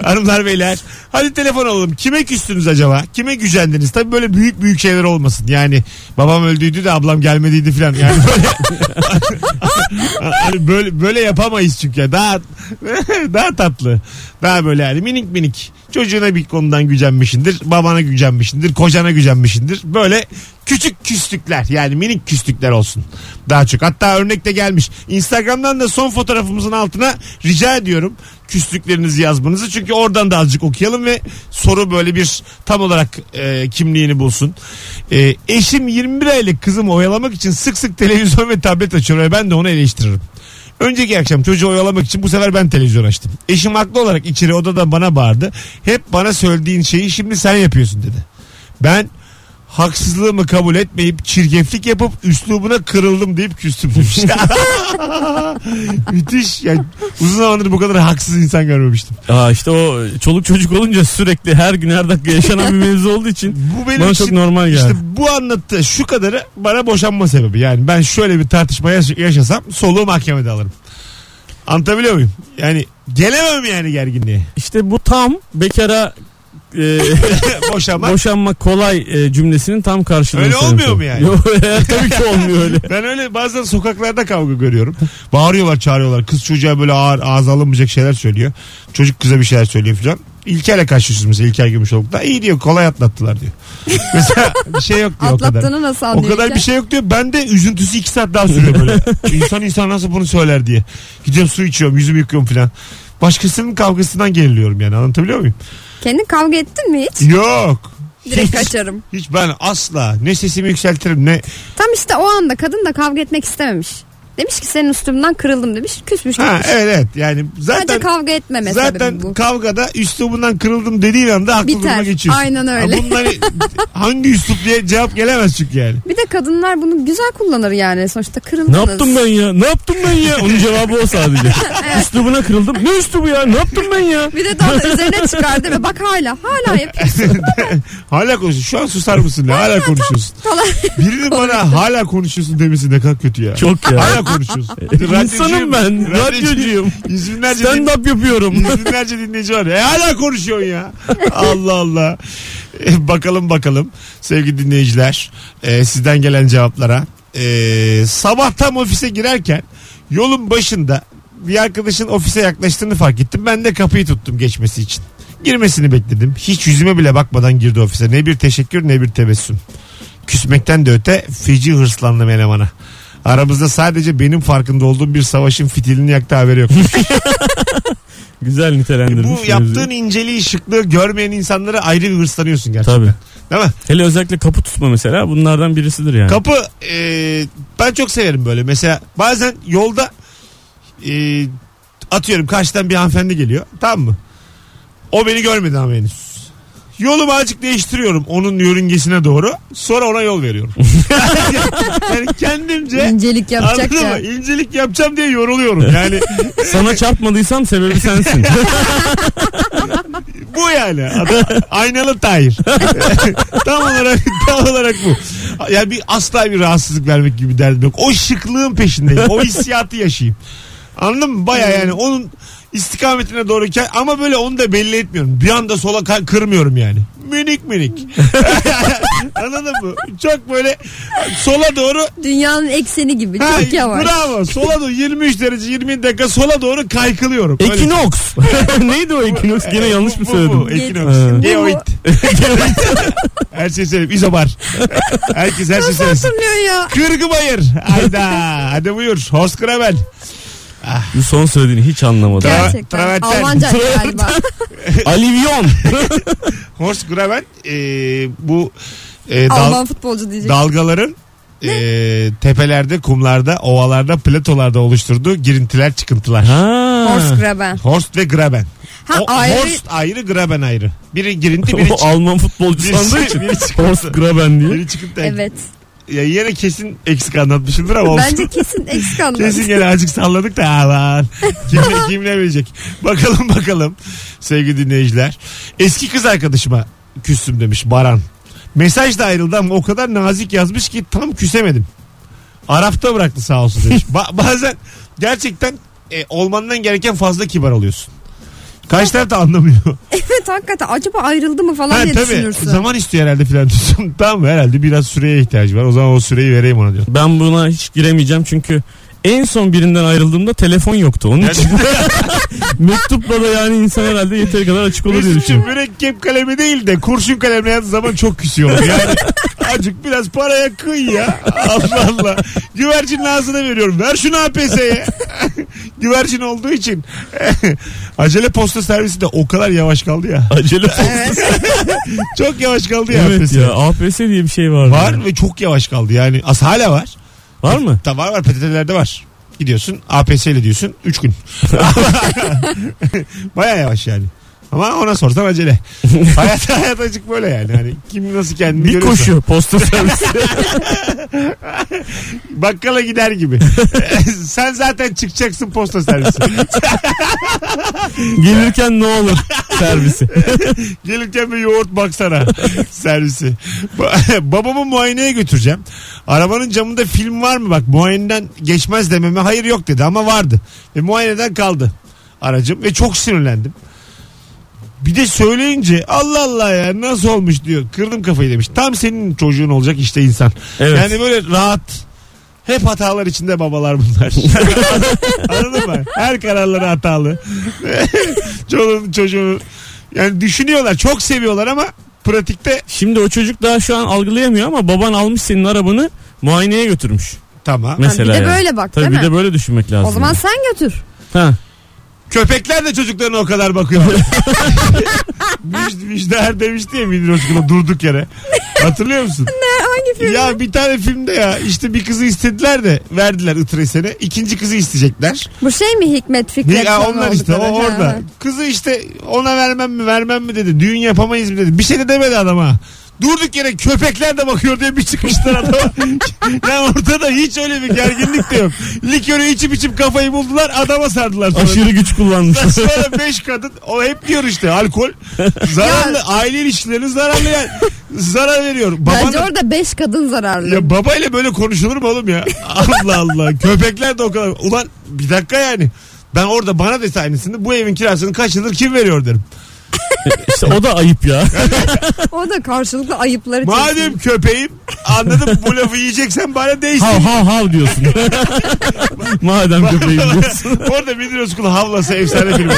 B: Hanımlar beyler. Hadi telefon alalım. Kime küstünüz acaba? Kime gücendiniz? Tabii böyle büyük büyük şeyler olmasın. Yani babam öldüydü de ablam gelmediydi falan. Yani böyle, hani böyle, böyle yapamayız çünkü. ya. Daha <laughs> daha tatlı. Daha böyle yani minik minik. Çocuğuna bir konudan gücenmişindir. Babana gücenmişindir. Kocana gücenmişindir. Böyle küçük küslükler yani minik küslükler olsun. Daha çok. Hatta örnek de gelmiş. Instagram'dan da son fotoğrafımızın altına rica ediyorum küslüklerinizi yazmanızı. Çünkü oradan da azıcık okuyalım ve soru böyle bir tam olarak e, kimliğini bulsun. E, eşim 21 aylık kızımı oyalamak için sık sık televizyon ve tablet açıyor ve ben de onu eleştiririm. Önceki akşam çocuğu oyalamak için bu sefer ben televizyon açtım. Eşim haklı olarak içeri odada bana bağırdı. Hep bana söylediğin şeyi şimdi sen yapıyorsun dedi. Ben haksızlığımı kabul etmeyip çirkeflik yapıp üslubuna kırıldım deyip küstüm demiş. <laughs> Müthiş. Yani uzun zamandır bu kadar haksız insan görmemiştim.
D: Aa işte o çoluk çocuk olunca sürekli her gün her dakika yaşanan bir mevzu olduğu için
B: Bu benim
D: bana
B: için
D: çok normal geldi.
B: işte bu anlattığı şu kadarı bana boşanma sebebi. Yani ben şöyle bir tartışma yaş- yaşasam soluğu mahkemede alırım. Anlatabiliyor muyum? Yani gelemem yani gerginliğe. <laughs>
D: İşte bu tam bekara e,
B: Boşanma.
D: boşanmak kolay e, cümlesinin tam karşılığı.
B: Öyle
D: sanırım.
B: olmuyor mu yani?
D: Yok, <laughs> tabii ki olmuyor öyle.
B: Ben öyle bazen sokaklarda kavga görüyorum. Bağırıyorlar çağırıyorlar. Kız çocuğa böyle ağır ağza alınmayacak şeyler söylüyor. Çocuk kıza bir şeyler söylüyor filan. İlker'le karşılaşıyoruz mesela İlker Gümüşoluk'ta. İyi diyor kolay atlattılar
D: <laughs>
B: diyor. mesela bir şey yok diyor o kadar.
C: Atlattığını nasıl
B: O
C: anlıyor?
B: kadar
C: ki?
B: bir şey yok diyor. Ben de üzüntüsü iki saat daha sürüyor
C: <laughs>
B: böyle. İnsan insan nasıl bunu söyler diye. Gidiyorum su içiyorum yüzümü yıkıyorum filan. Başkasının kavgasından geriliyorum yani anlatabiliyor muyum?
C: Kendin kavga ettin mi hiç?
B: Yok.
C: Direkt
B: şey- Hiç.
C: kaçarım.
B: Hiç ben asla ne sesimi yükseltirim ne
C: Tam işte o anda kadın da kavga etmek istememiş. Demiş ki senin üstümden kırıldım demiş. Küsmüş.
B: Ha
C: gitmiş.
B: evet evet yani
C: Sadece
B: zaten
C: kavga etmeme
B: zaten
C: sebebi bu.
B: kavgada üslubundan kırıldım dediğin anda haklı
C: Biter.
B: duruma geçiyorsun.
C: Aynen öyle.
B: Ha, Bunlar
C: <laughs>
B: hangi üslup diye cevap gelemez çünkü yani.
C: bir de kadınlar bunu güzel kullanır yani. Sonuçta
D: Ne
C: kırıldınız.
D: yaptım ben ya? Ne yaptım ben ya? Onun cevabı
C: <laughs>
D: o sadece. Üslubuna kırıldım. Ne üslubu ya? Ne yaptım ben ya?
C: Bir de daha da üzerine çıkardı ve bak hala
B: <laughs>
C: hala yapıyorsun.
B: Hala konuşuyorsun. Şu an susar mısın? Ne? Hala konuşuyorsun.
C: falan.
B: Birinin bana hala konuşuyorsun demesi ne kadar kötü ya.
D: <laughs> Çok ya.
B: Hala konuşuyorsun. Radyocuyum.
D: <laughs> İnsanım ben. Radyocuyum.
B: Yüz binlerce,
D: Stand up yapıyorum.
B: yüz binlerce dinleyici var. E hala konuşuyorsun ya. Allah Allah. E, bakalım bakalım sevgili dinleyiciler e, sizden gelen cevaplara. E, sabah tam ofise girerken yolun başında bir arkadaşın ofise yaklaştığını fark ettim. Ben de kapıyı tuttum geçmesi için. Girmesini bekledim. Hiç yüzüme bile bakmadan girdi ofise. Ne bir teşekkür ne bir tebessüm. Küsmekten de öte feci hırslandım elemana. Aramızda sadece benim farkında olduğum bir savaşın fitilini yaktı haberi yok.
D: <laughs> Güzel nitelendirmiş.
B: Bu
D: mevzuyu.
B: yaptığın inceliği şıklığı görmeyen insanlara ayrı bir hırslanıyorsun gerçekten.
D: Tabii.
B: Değil mi?
D: Hele özellikle kapı tutma mesela bunlardan birisidir yani.
B: Kapı e, ben çok severim böyle. Mesela bazen yolda e, atıyorum karşıdan bir hanımefendi geliyor. Tamam mı? O beni görmedi ama henüz. Yolumu azıcık değiştiriyorum onun yörüngesine doğru. Sonra ona yol veriyorum. yani kendimce
C: İncelik yapacak
B: anladın
C: ya.
B: mı? İncelik yapacağım diye yoruluyorum. Yani
D: <laughs> Sana çarpmadıysam
B: <laughs>
D: sebebi sensin.
B: bu yani. Adam- <laughs> aynalı Tahir. tam olarak tam olarak bu. Yani bir asla bir rahatsızlık vermek gibi derdim yok. O şıklığın peşindeyim. O hissiyatı yaşayayım. Anladın mı? Baya yani onun istikametine doğru ke- ama böyle onu da belli etmiyorum. Bir anda sola ka- kırmıyorum yani. Minik minik. <laughs> Anladın mı? Çok böyle sola doğru
C: Dünyanın ekseni gibi
B: Ha,
C: çok yavaş.
B: Bravo. Sola doğru 23 derece 20 dakika sola doğru kaykılıyorum. Öyle.
D: Ekinox. <laughs> Neydi o Ekinox? Gene yanlış mı
B: Bu- bu- bu,
D: söyledim? Ee.
B: Ekinoks.
D: Ha. <laughs>
B: Geoid. Geoid. her şeyi söyleyeyim. İzobar. Herkes her şeyi
C: Nasıl
B: söylesin.
C: hatırlıyor ya?
B: Kırgı bayır. Hayda. Hadi buyur. Host Kravel.
D: Bu son söylediğini hiç anlamadım.
B: Tra-
C: Gerçekten.
B: traverten.
C: Almanca galiba.
D: <laughs>
B: <laughs>
D: Alivyon.
B: Horst Gravel e, bu e, dal-
C: Alman futbolcu diyecek.
B: dalgaların e, tepelerde, kumlarda, ovalarda, platolarda oluşturduğu girintiler, çıkıntılar.
C: Horst
D: Ha.
C: Graben.
B: Horst ve Graben.
C: Ha,
B: o,
C: ayrı-
B: Horst ayrı, Graben ayrı. Biri girinti, biri,
D: <laughs> O
B: çık-
D: Alman futbolcu sandığı için.
B: biri çıkıntı.
D: Horst Graben diye.
B: Biri çıkıntı.
C: Evet.
B: Ya yine kesin eksik anlatmışımdır ama olsun.
C: Bence kesin eksik
B: Kesin
C: anladım.
B: gene azıcık salladık da aman. Kim, ne- kim ne bilecek. Bakalım bakalım sevgili dinleyiciler. Eski kız arkadaşıma küstüm demiş Baran. Mesaj da ayrıldı ama o kadar nazik yazmış ki tam küsemedim. Arafta bıraktı sağ olsun demiş. Ba- bazen gerçekten e, olmandan gereken fazla kibar oluyorsun. Kaç taraf da anlamıyor.
C: <laughs> Evet hakikaten acaba ayrıldı mı falan
B: Ha,
C: diye
B: tabii
C: düşünürsün.
B: zaman istiyor herhalde filan <laughs> diyorsun. tamam herhalde biraz süreye ihtiyacı var. O zaman o süreyi vereyim ona diyor.
D: Ben buna hiç giremeyeceğim çünkü en son birinden ayrıldığımda telefon yoktu. Onun için <laughs> mektupla da yani insan herhalde yeteri kadar açık olur diye
B: Mesut'cum
D: düşünüyorum.
B: mürekkep kalemi değil de kurşun kalemle yazdığı zaman çok küsüyorum.
D: <laughs>
B: Yani acık biraz paraya kıy ya. Allah Allah. Güvercinin ağzına veriyorum. Ver şunu APS'ye. <laughs> Güvercin olduğu için. <laughs> Acele posta servisi de o kadar yavaş kaldı ya.
D: Acele olsun.
B: Çok yavaş kaldı ya
D: Evet
B: APS.
D: ya APS diye bir şey var.
B: Var ve çok yavaş kaldı yani. As hala var.
D: Var mı?
B: Ta var var PTT'lerde var. Gidiyorsun APS ile diyorsun 3 gün. <laughs> Baya yavaş yani. Ama ona sorsan
D: <laughs>
B: acele. hayat hayat acık böyle yani. Hani kim nasıl kendini
D: Bir
B: görüyorsa.
D: koşu posta
B: <laughs>
D: servisi.
B: Bakkala gider gibi. <laughs> Sen zaten çıkacaksın posta servisi.
D: Gelirken ne olur <laughs> servisi.
B: Gelirken bir yoğurt baksana <laughs> servisi. Ba- <laughs> Babamı muayeneye götüreceğim. Arabanın camında film var mı bak muayeneden geçmez dememe hayır yok dedi ama vardı. Ve muayeneden kaldı aracım ve çok sinirlendim. Bir de söyleyince Allah Allah ya nasıl olmuş diyor. Kırdım kafayı demiş. Tam senin çocuğun olacak işte insan.
D: Evet.
B: Yani böyle rahat. Hep hatalar içinde babalar bunlar. <laughs> Anladın mı? Her kararları hatalı. <laughs> Çoluğun çocuğunu. Yani düşünüyorlar çok seviyorlar ama pratikte
D: Şimdi o çocuk daha şu an algılayamıyor ama baban almış senin arabanı muayeneye götürmüş.
B: tamam.
C: Ha,
D: Mesela
C: bir de
D: yani.
C: böyle bak
D: Tabii
C: değil
D: bir
C: mi?
D: de böyle düşünmek lazım.
C: O zaman
D: yani.
C: sen götür.
D: ha.
B: Köpekler de çocuklarına o kadar bakıyor. Müj- Müjdeher demişti ya Münir Özkul'a durduk yere. Hatırlıyor musun?
C: Hangi film?
B: ya bir tane filmde ya işte bir kızı istediler de verdiler ıtırı sene. İkinci kızı isteyecekler.
C: Bu şey mi Hikmet
B: Ya
C: Fikret? falan
B: onlar
C: oldu
B: işte o
C: tabii. Ha,
B: orada.
C: ha.
B: Kızı işte ona vermem mi vermem mi dedi. Düğün yapamayız mı dedi. Bir şey de demedi adama. Durduk yere köpekler de bakıyor diye bir çıkmışlar adama. <laughs> yani ortada hiç öyle bir gerginlik de yok. Likörü içip içip kafayı buldular adama sardılar. Sonra.
D: Aşırı güç
C: <laughs>
B: <laughs>
D: kullanmış.
B: Sonra beş kadın o hep diyor işte alkol zararlı aile ilişkilerine zararlı yani. zarar veriyor.
C: Bence
B: Babanın,
C: orada beş kadın zararlı.
B: ya babayla böyle konuşulur mu oğlum
D: <laughs>
B: ya? Allah Allah. Köpekler de o kadar. Ulan bir dakika yani. Ben orada bana dese aynısını bu evin kirasını kaç yıldır kim veriyor derim.
D: İşte o da
C: <laughs>
D: ayıp ya.
C: O da karşılıklı ayıpları çeksin.
B: Madem köpeğim anladım bu lafı yiyeceksen bana
D: hav
B: değsin.
D: hav
C: <laughs>
D: hav diyorsun. Madem köpeğim
B: <laughs>
D: diyorsun.
B: Orada Münir Özkul havlasa efsane
D: <laughs>
B: film olur.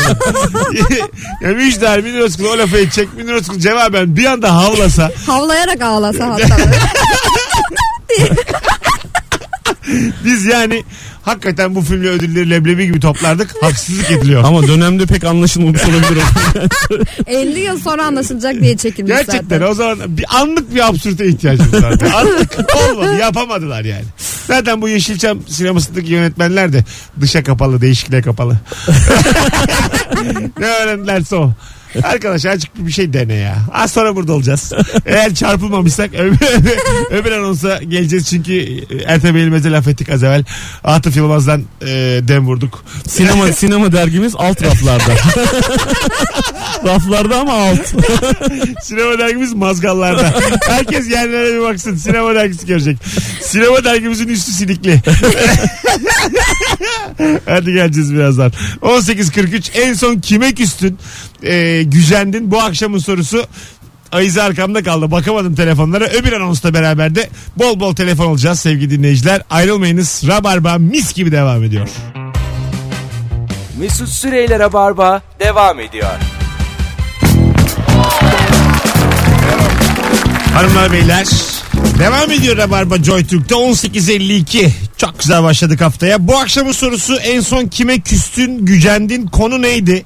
B: ya Müjder Münir Özkul o lafı edecek. Münir Özkul cevaben bir anda havlasa. <laughs>
C: Havlayarak ağlasa hatta.
B: Biz yani Hakikaten bu filmle ödülleri leblebi gibi toplardık. Haksızlık ediliyor.
D: Ama dönemde pek anlaşılmamış olabilir o.
C: 50 yıl sonra anlaşılacak diye çekilmiş
B: Gerçekten
C: zaten.
B: o zaman bir anlık bir absürte ihtiyacımız vardı. Anlık olmadı yapamadılar yani. Zaten bu Yeşilçam sinemasındaki yönetmenler de dışa kapalı değişikliğe kapalı. ne öğrendilerse o. Arkadaş açık bir şey dene ya. Az sonra burada olacağız. Eğer çarpılmamışsak öbür, <laughs> öbür anonsa geleceğiz. Çünkü e, Ertem Eğilmez'e laf ettik az evvel. Atıf Yılmaz'dan e, dem vurduk.
D: Sinema sinema dergimiz alt raflarda. <laughs> raflarda ama alt.
B: Sinema dergimiz mazgallarda. Herkes yerlere bir baksın. Sinema dergisi görecek. Sinema dergimizin üstü silikli. Hadi geleceğiz birazdan. 18.43 en son kime küstün? Ee, gücendin. Bu akşamın sorusu Ayıza arkamda kaldı. Bakamadım telefonlara. Öbür anonsla beraber de bol bol telefon alacağız sevgili dinleyiciler. Ayrılmayınız. Rabarba mis gibi devam ediyor.
A: Mesut Süreyler'e barba devam ediyor.
B: Hanımlar beyler devam ediyor Rabarba Joy Türk'te 18.52 çok güzel başladık haftaya. Bu akşamın sorusu en son kime küstün gücendin konu neydi?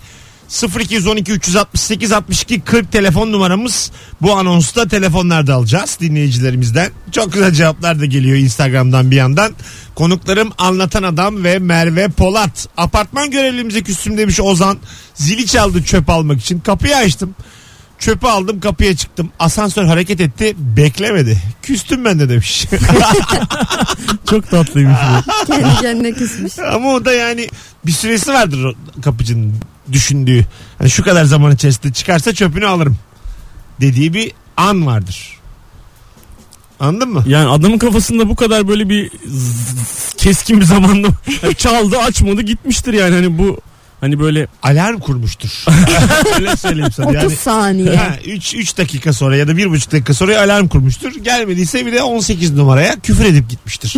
B: 0212 368 62 40 telefon numaramız bu anonsta telefonlarda alacağız dinleyicilerimizden. Çok güzel cevaplar da geliyor Instagram'dan bir yandan. Konuklarım Anlatan Adam ve Merve Polat. Apartman görevlimize küstüm demiş Ozan. Zili çaldı çöp almak için. Kapıyı açtım. Çöpü aldım kapıya çıktım. Asansör hareket etti beklemedi. Küstüm ben de demiş. <laughs>
D: Çok tatlıymış bu.
C: Kendi
B: <laughs>
C: kendine küsmüş.
B: Ama o da yani bir süresi vardır o kapıcının düşündüğü. Hani şu kadar zaman içerisinde çıkarsa çöpünü alırım dediği bir an vardır. Anladın mı?
D: Yani adamın kafasında bu kadar böyle bir zzz- keskin
B: <laughs>
D: bir zamanda Yani çaldı açmadı gitmiştir yani hani bu hani böyle
B: Alarm kurmuştur. Öyle söyleyeyim sana.
C: 30
B: Yani
C: saniye.
B: 3 dakika sonra ya da 1,5 dakika sonra alarm kurmuştur. Gelmediyse bir de 18 numaraya küfür edip gitmiştir.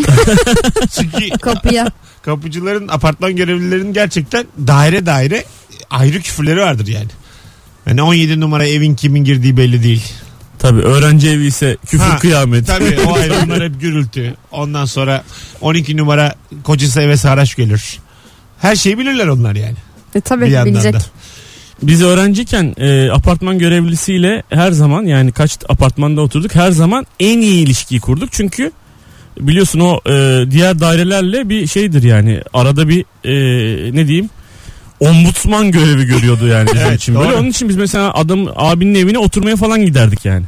B: Çünkü
C: Kapıya.
B: kapıcıların apartman görevlilerinin gerçekten daire daire ayrı küfürleri vardır yani. Yani 17 numara evin kimin girdiği belli değil.
D: tabi öğrenci evi ise küfür
B: Ha,
D: kıyamet.
B: Tabii o ayrı onlar hep gürültü. Ondan sonra 12 numara kocası eve sarhoş gelir. Her şeyi bilirler onlar yani.
C: E
B: Bir
C: tabii
B: yandan
C: bilecek.
B: da.
D: Biz öğrenciyken e, apartman görevlisiyle her zaman yani kaç apartmanda oturduk her zaman en iyi ilişkiyi kurduk. Çünkü biliyorsun o e, diğer dairelerle bir şeydir yani arada bir e, ne diyeyim ombudsman görevi görüyordu yani
B: <laughs>
D: bizim
B: Evet,
D: için. Böyle
B: doğru.
D: onun için biz mesela adam abinin evine oturmaya falan giderdik yani.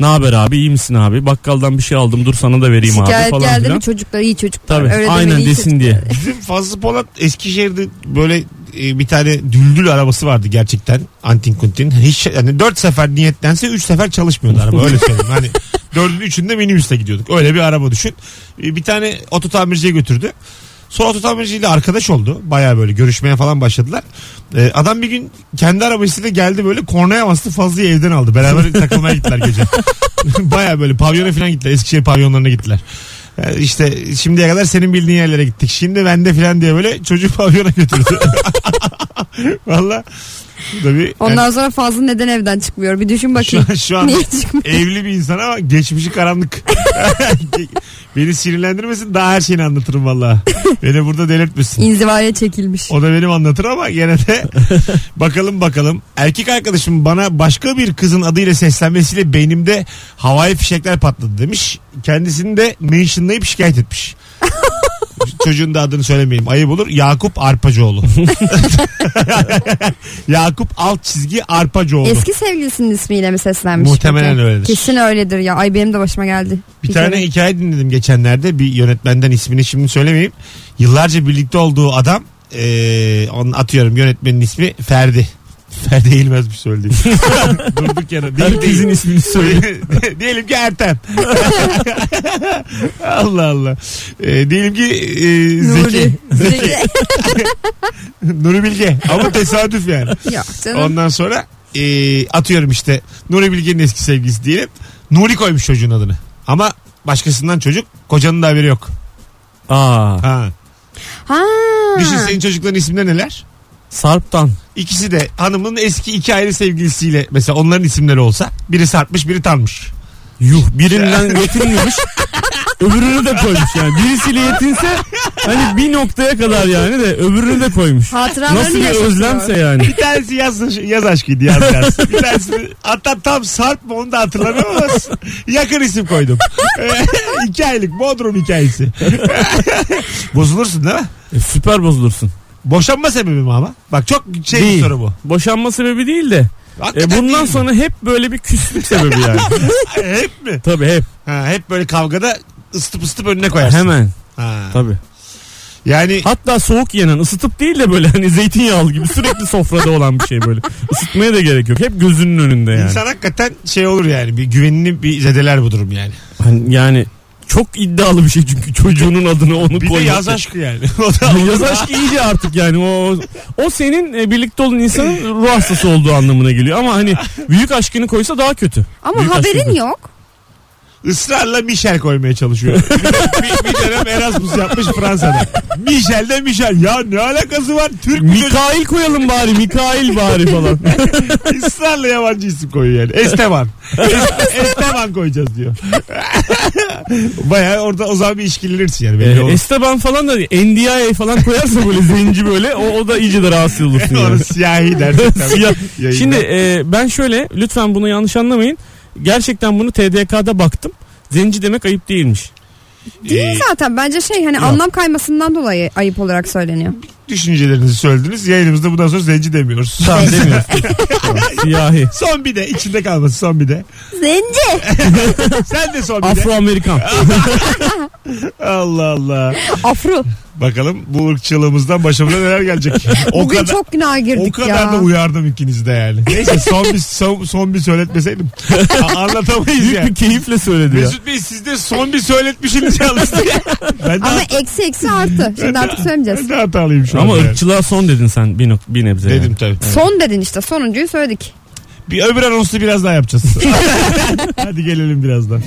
D: Ne haber abi iyi misin abi bakkaldan bir şey aldım dur sana da vereyim abi
C: Şikayet
D: falan
C: geldi
D: filan.
C: mi çocuklar iyi çocuklar.
D: Tabii
C: Öyle
D: aynen
C: demeyi iyi
D: desin
C: çocuk-
D: diye.
B: Bizim Fazlı Polat Eskişehir'de böyle e, bir tane düldül arabası vardı gerçekten. Antin kuntin. Hiç yani 4 sefer niyetlense 3 sefer çalışmıyordu araba öyle söyleyeyim. Hani 4'ün 3'ünde minibüste gidiyorduk. Öyle bir araba düşün. E, Bir tane oto tamirciye götürdü. Sonra oto tamirciyle arkadaş oldu. Baya böyle görüşmeye falan başladılar. E, adam bir gün kendi arabasıyla geldi böyle kornaya bastı Fazlı'yı evden aldı. Beraber takılmaya gittiler gece. <laughs> Baya böyle pavyona falan gittiler. Eskişehir pavyonlarına gittiler. Yani işte şimdiye kadar senin bildiğin yerlere gittik. Şimdi bende falan diye böyle çocuk <laughs> pavyona götürdü. Valla. Tabii.
C: Ondan sonra fazla neden evden çıkmıyor? Bir düşün bakayım.
B: Şu an- şu an-
C: <laughs> Niye çıkmıyor?
B: yani evli bir insan ama geçmişi karanlık. <laughs> Beni sinirlendirmesin daha her şeyini anlatırım valla. Beni burada delirtmesin.
C: İnzivaya çekilmiş.
B: O da benim anlatır ama gene de bakalım bakalım. Erkek arkadaşım bana başka bir kızın adıyla seslenmesiyle beynimde havai fişekler patladı demiş. Kendisini de mentionlayıp şikayet etmiş. Çocuğun da adını söylemeyeyim ayıp olur. Yakup Arpacıoğlu. <laughs> Yakup alt çizgi Arpacıoğlu.
C: Eski sevgilisinin ismiyle mi seslenmiş?
B: Muhtemelen
C: peki?
B: öyledir.
C: Kesin öyledir ya. Ay benim de başıma geldi.
B: Bir tane
C: kere.
B: hikaye dinledim geçenlerde bir yönetmenden ismini şimdi söylemeyeyim. Yıllarca birlikte olduğu adam eee onu atıyorum yönetmenin ismi Ferdi. <laughs> Ferdi Eğilmez bir söylediğim. Durduk yere. Değil,
D: Herkesin
B: değil.
D: ismini söyle.
B: <laughs> diyelim ki Ertem. <laughs> Allah Allah. Eee, diyelim ki eee, Zeki.
C: Nuri. Zeki. <laughs>
B: Nuri Bilge. Ama tesadüf yani.
C: Yok canım.
B: Ondan sonra eee, atıyorum işte Nuri Bilge'nin eski sevgilisi diyelim. Nuri koymuş çocuğun adını. Ama başkasından çocuk kocanın da haberi yok.
D: Aa,
B: Ha.
C: Ha.
B: Düşün senin çocukların isimleri neler?
D: Sarp'tan.
B: İkisi de hanımın eski iki ayrı sevgilisiyle mesela
C: <laughs>
B: onların isimleri olsa biri sarpmış biri tanmış.
D: Yuh birinden getirilmemiş. öbürünü de koymuş yani. Birisiyle yetinse hani bir noktaya kadar yani de öbürünü de koymuş.
C: Hatıralarını
D: Nasıl bir
C: yaşatıyor.
D: özlemse yani.
B: <laughs> Bir tanesi yaz, yaz aşkıydı yaz yaz. Bir tanesi hatta tam sarp mı onu da hatırlamıyorum ama <laughs> yakın isim
C: <laughs>
B: koydum. <laughs> iki aylık Bodrum hikayesi. <laughs> Bozulursun değil mi?
D: E, süper bozulursun.
B: Boşanma sebebi mi ama? Bak çok şey bir
D: Değil.
B: soru bu.
D: Boşanma sebebi değil de. E,
B: Hakikaten
D: bundan
B: değil mi?
D: sonra hep böyle bir küslük sebebi yani.
B: <laughs> hep mi?
D: Tabii hep.
B: Ha, hep böyle kavgada ısıtıp ısıtıp önüne koyarsın.
D: Hemen.
B: Ha.
D: Tabii.
B: Yani
D: Hatta soğuk yenen ısıtıp değil de böyle hani zeytinyağlı gibi sürekli sofrada olan bir şey böyle. Isıtmaya da gerek yok. Hep gözünün önünde yani.
B: insan hakikaten şey olur yani bir güvenini bir zedeler bu durum yani.
D: Hani Yani çok iddialı bir şey çünkü çocuğunun adını onu
B: Bir de
D: koymak.
B: yaz aşkı yani. <laughs> O da,
D: Ya Yaz aşkı iyice artık yani o o senin e, birlikte olduğun insanın ruh hastası olduğu anlamına geliyor ama hani büyük aşkını koysa daha kötü.
C: Ama
D: Büyük
C: haberin
D: aşkını-
C: yok.
B: ısrarla Michel koymaya
D: <laughs>
B: çalışıyor. bir, bir dönem Erasmus yapmış Fransa'da. Michel de Michel. Ya ne alakası var? Türk mü çocuk?
D: Mikail koyalım bari Mikail bari falan.
B: Israrla yabancı isim koyuyor yani. Esteban. Es- Esteban koyacağız diyor. Baya orada o zaman bir işkilenirsin yani. <laughs> Belli
D: E,
B: olur.
D: Esteban falan da NDIA falan koyarsa böyle zenci böyle o, o da iyice de rahatsız olursun. yani.
B: Orası siyahi dersin tabii.
D: Siyah.
B: Yayında.
D: Şimdi e, ben şöyle lütfen bunu yanlış anlamayın. Gerçekten bunu TDK'da baktım. Zenci demek ayıp değilmiş.
B: Ee,
C: Değil zaten bence şey hani anlam kaymasından dolayı ayıp olarak söyleniyor.
B: düşüncelerinizi söylediniz. Yayınımızda bundan sonra zenci demiyoruz.
D: Tamam
B: <laughs>
D: demiyoruz. Siyahi.
B: son bir de içinde kalması son bir de.
C: Zence.
B: Sen de son bir de.
D: Afro Amerikan.
B: Allah Allah.
C: <laughs> Afro.
B: Bakalım bu ırkçılığımızdan başımıza neler gelecek. O
C: Bugün
B: kadar,
C: çok günaha girdik
B: o kadar
C: ya.
B: da uyardım ikinizi de yani. Neyse son bir son, son bir
D: <laughs>
B: söyletmeseydim. A- Anlatamayız
D: Büyük bir
B: yani.
D: keyifle söyledi ya.
B: Mesut Bey siz de son bir söyletmişsiniz yalnız. <laughs> ben de,
C: Ama eksi eksi artı. Şimdi artık
B: ben <laughs>
C: söylemeyeceğiz.
B: de hatalıyım şu
D: Ama
B: anda yani.
D: ırkçılığa son dedin sen bir, nok- bir nebze. yani.
B: Dedim tabii.
C: Son dedin işte sonuncuyu söyledik.
B: <laughs> Bir öbür anonsu biraz daha yapacağız. Hadi gelelim birazdan.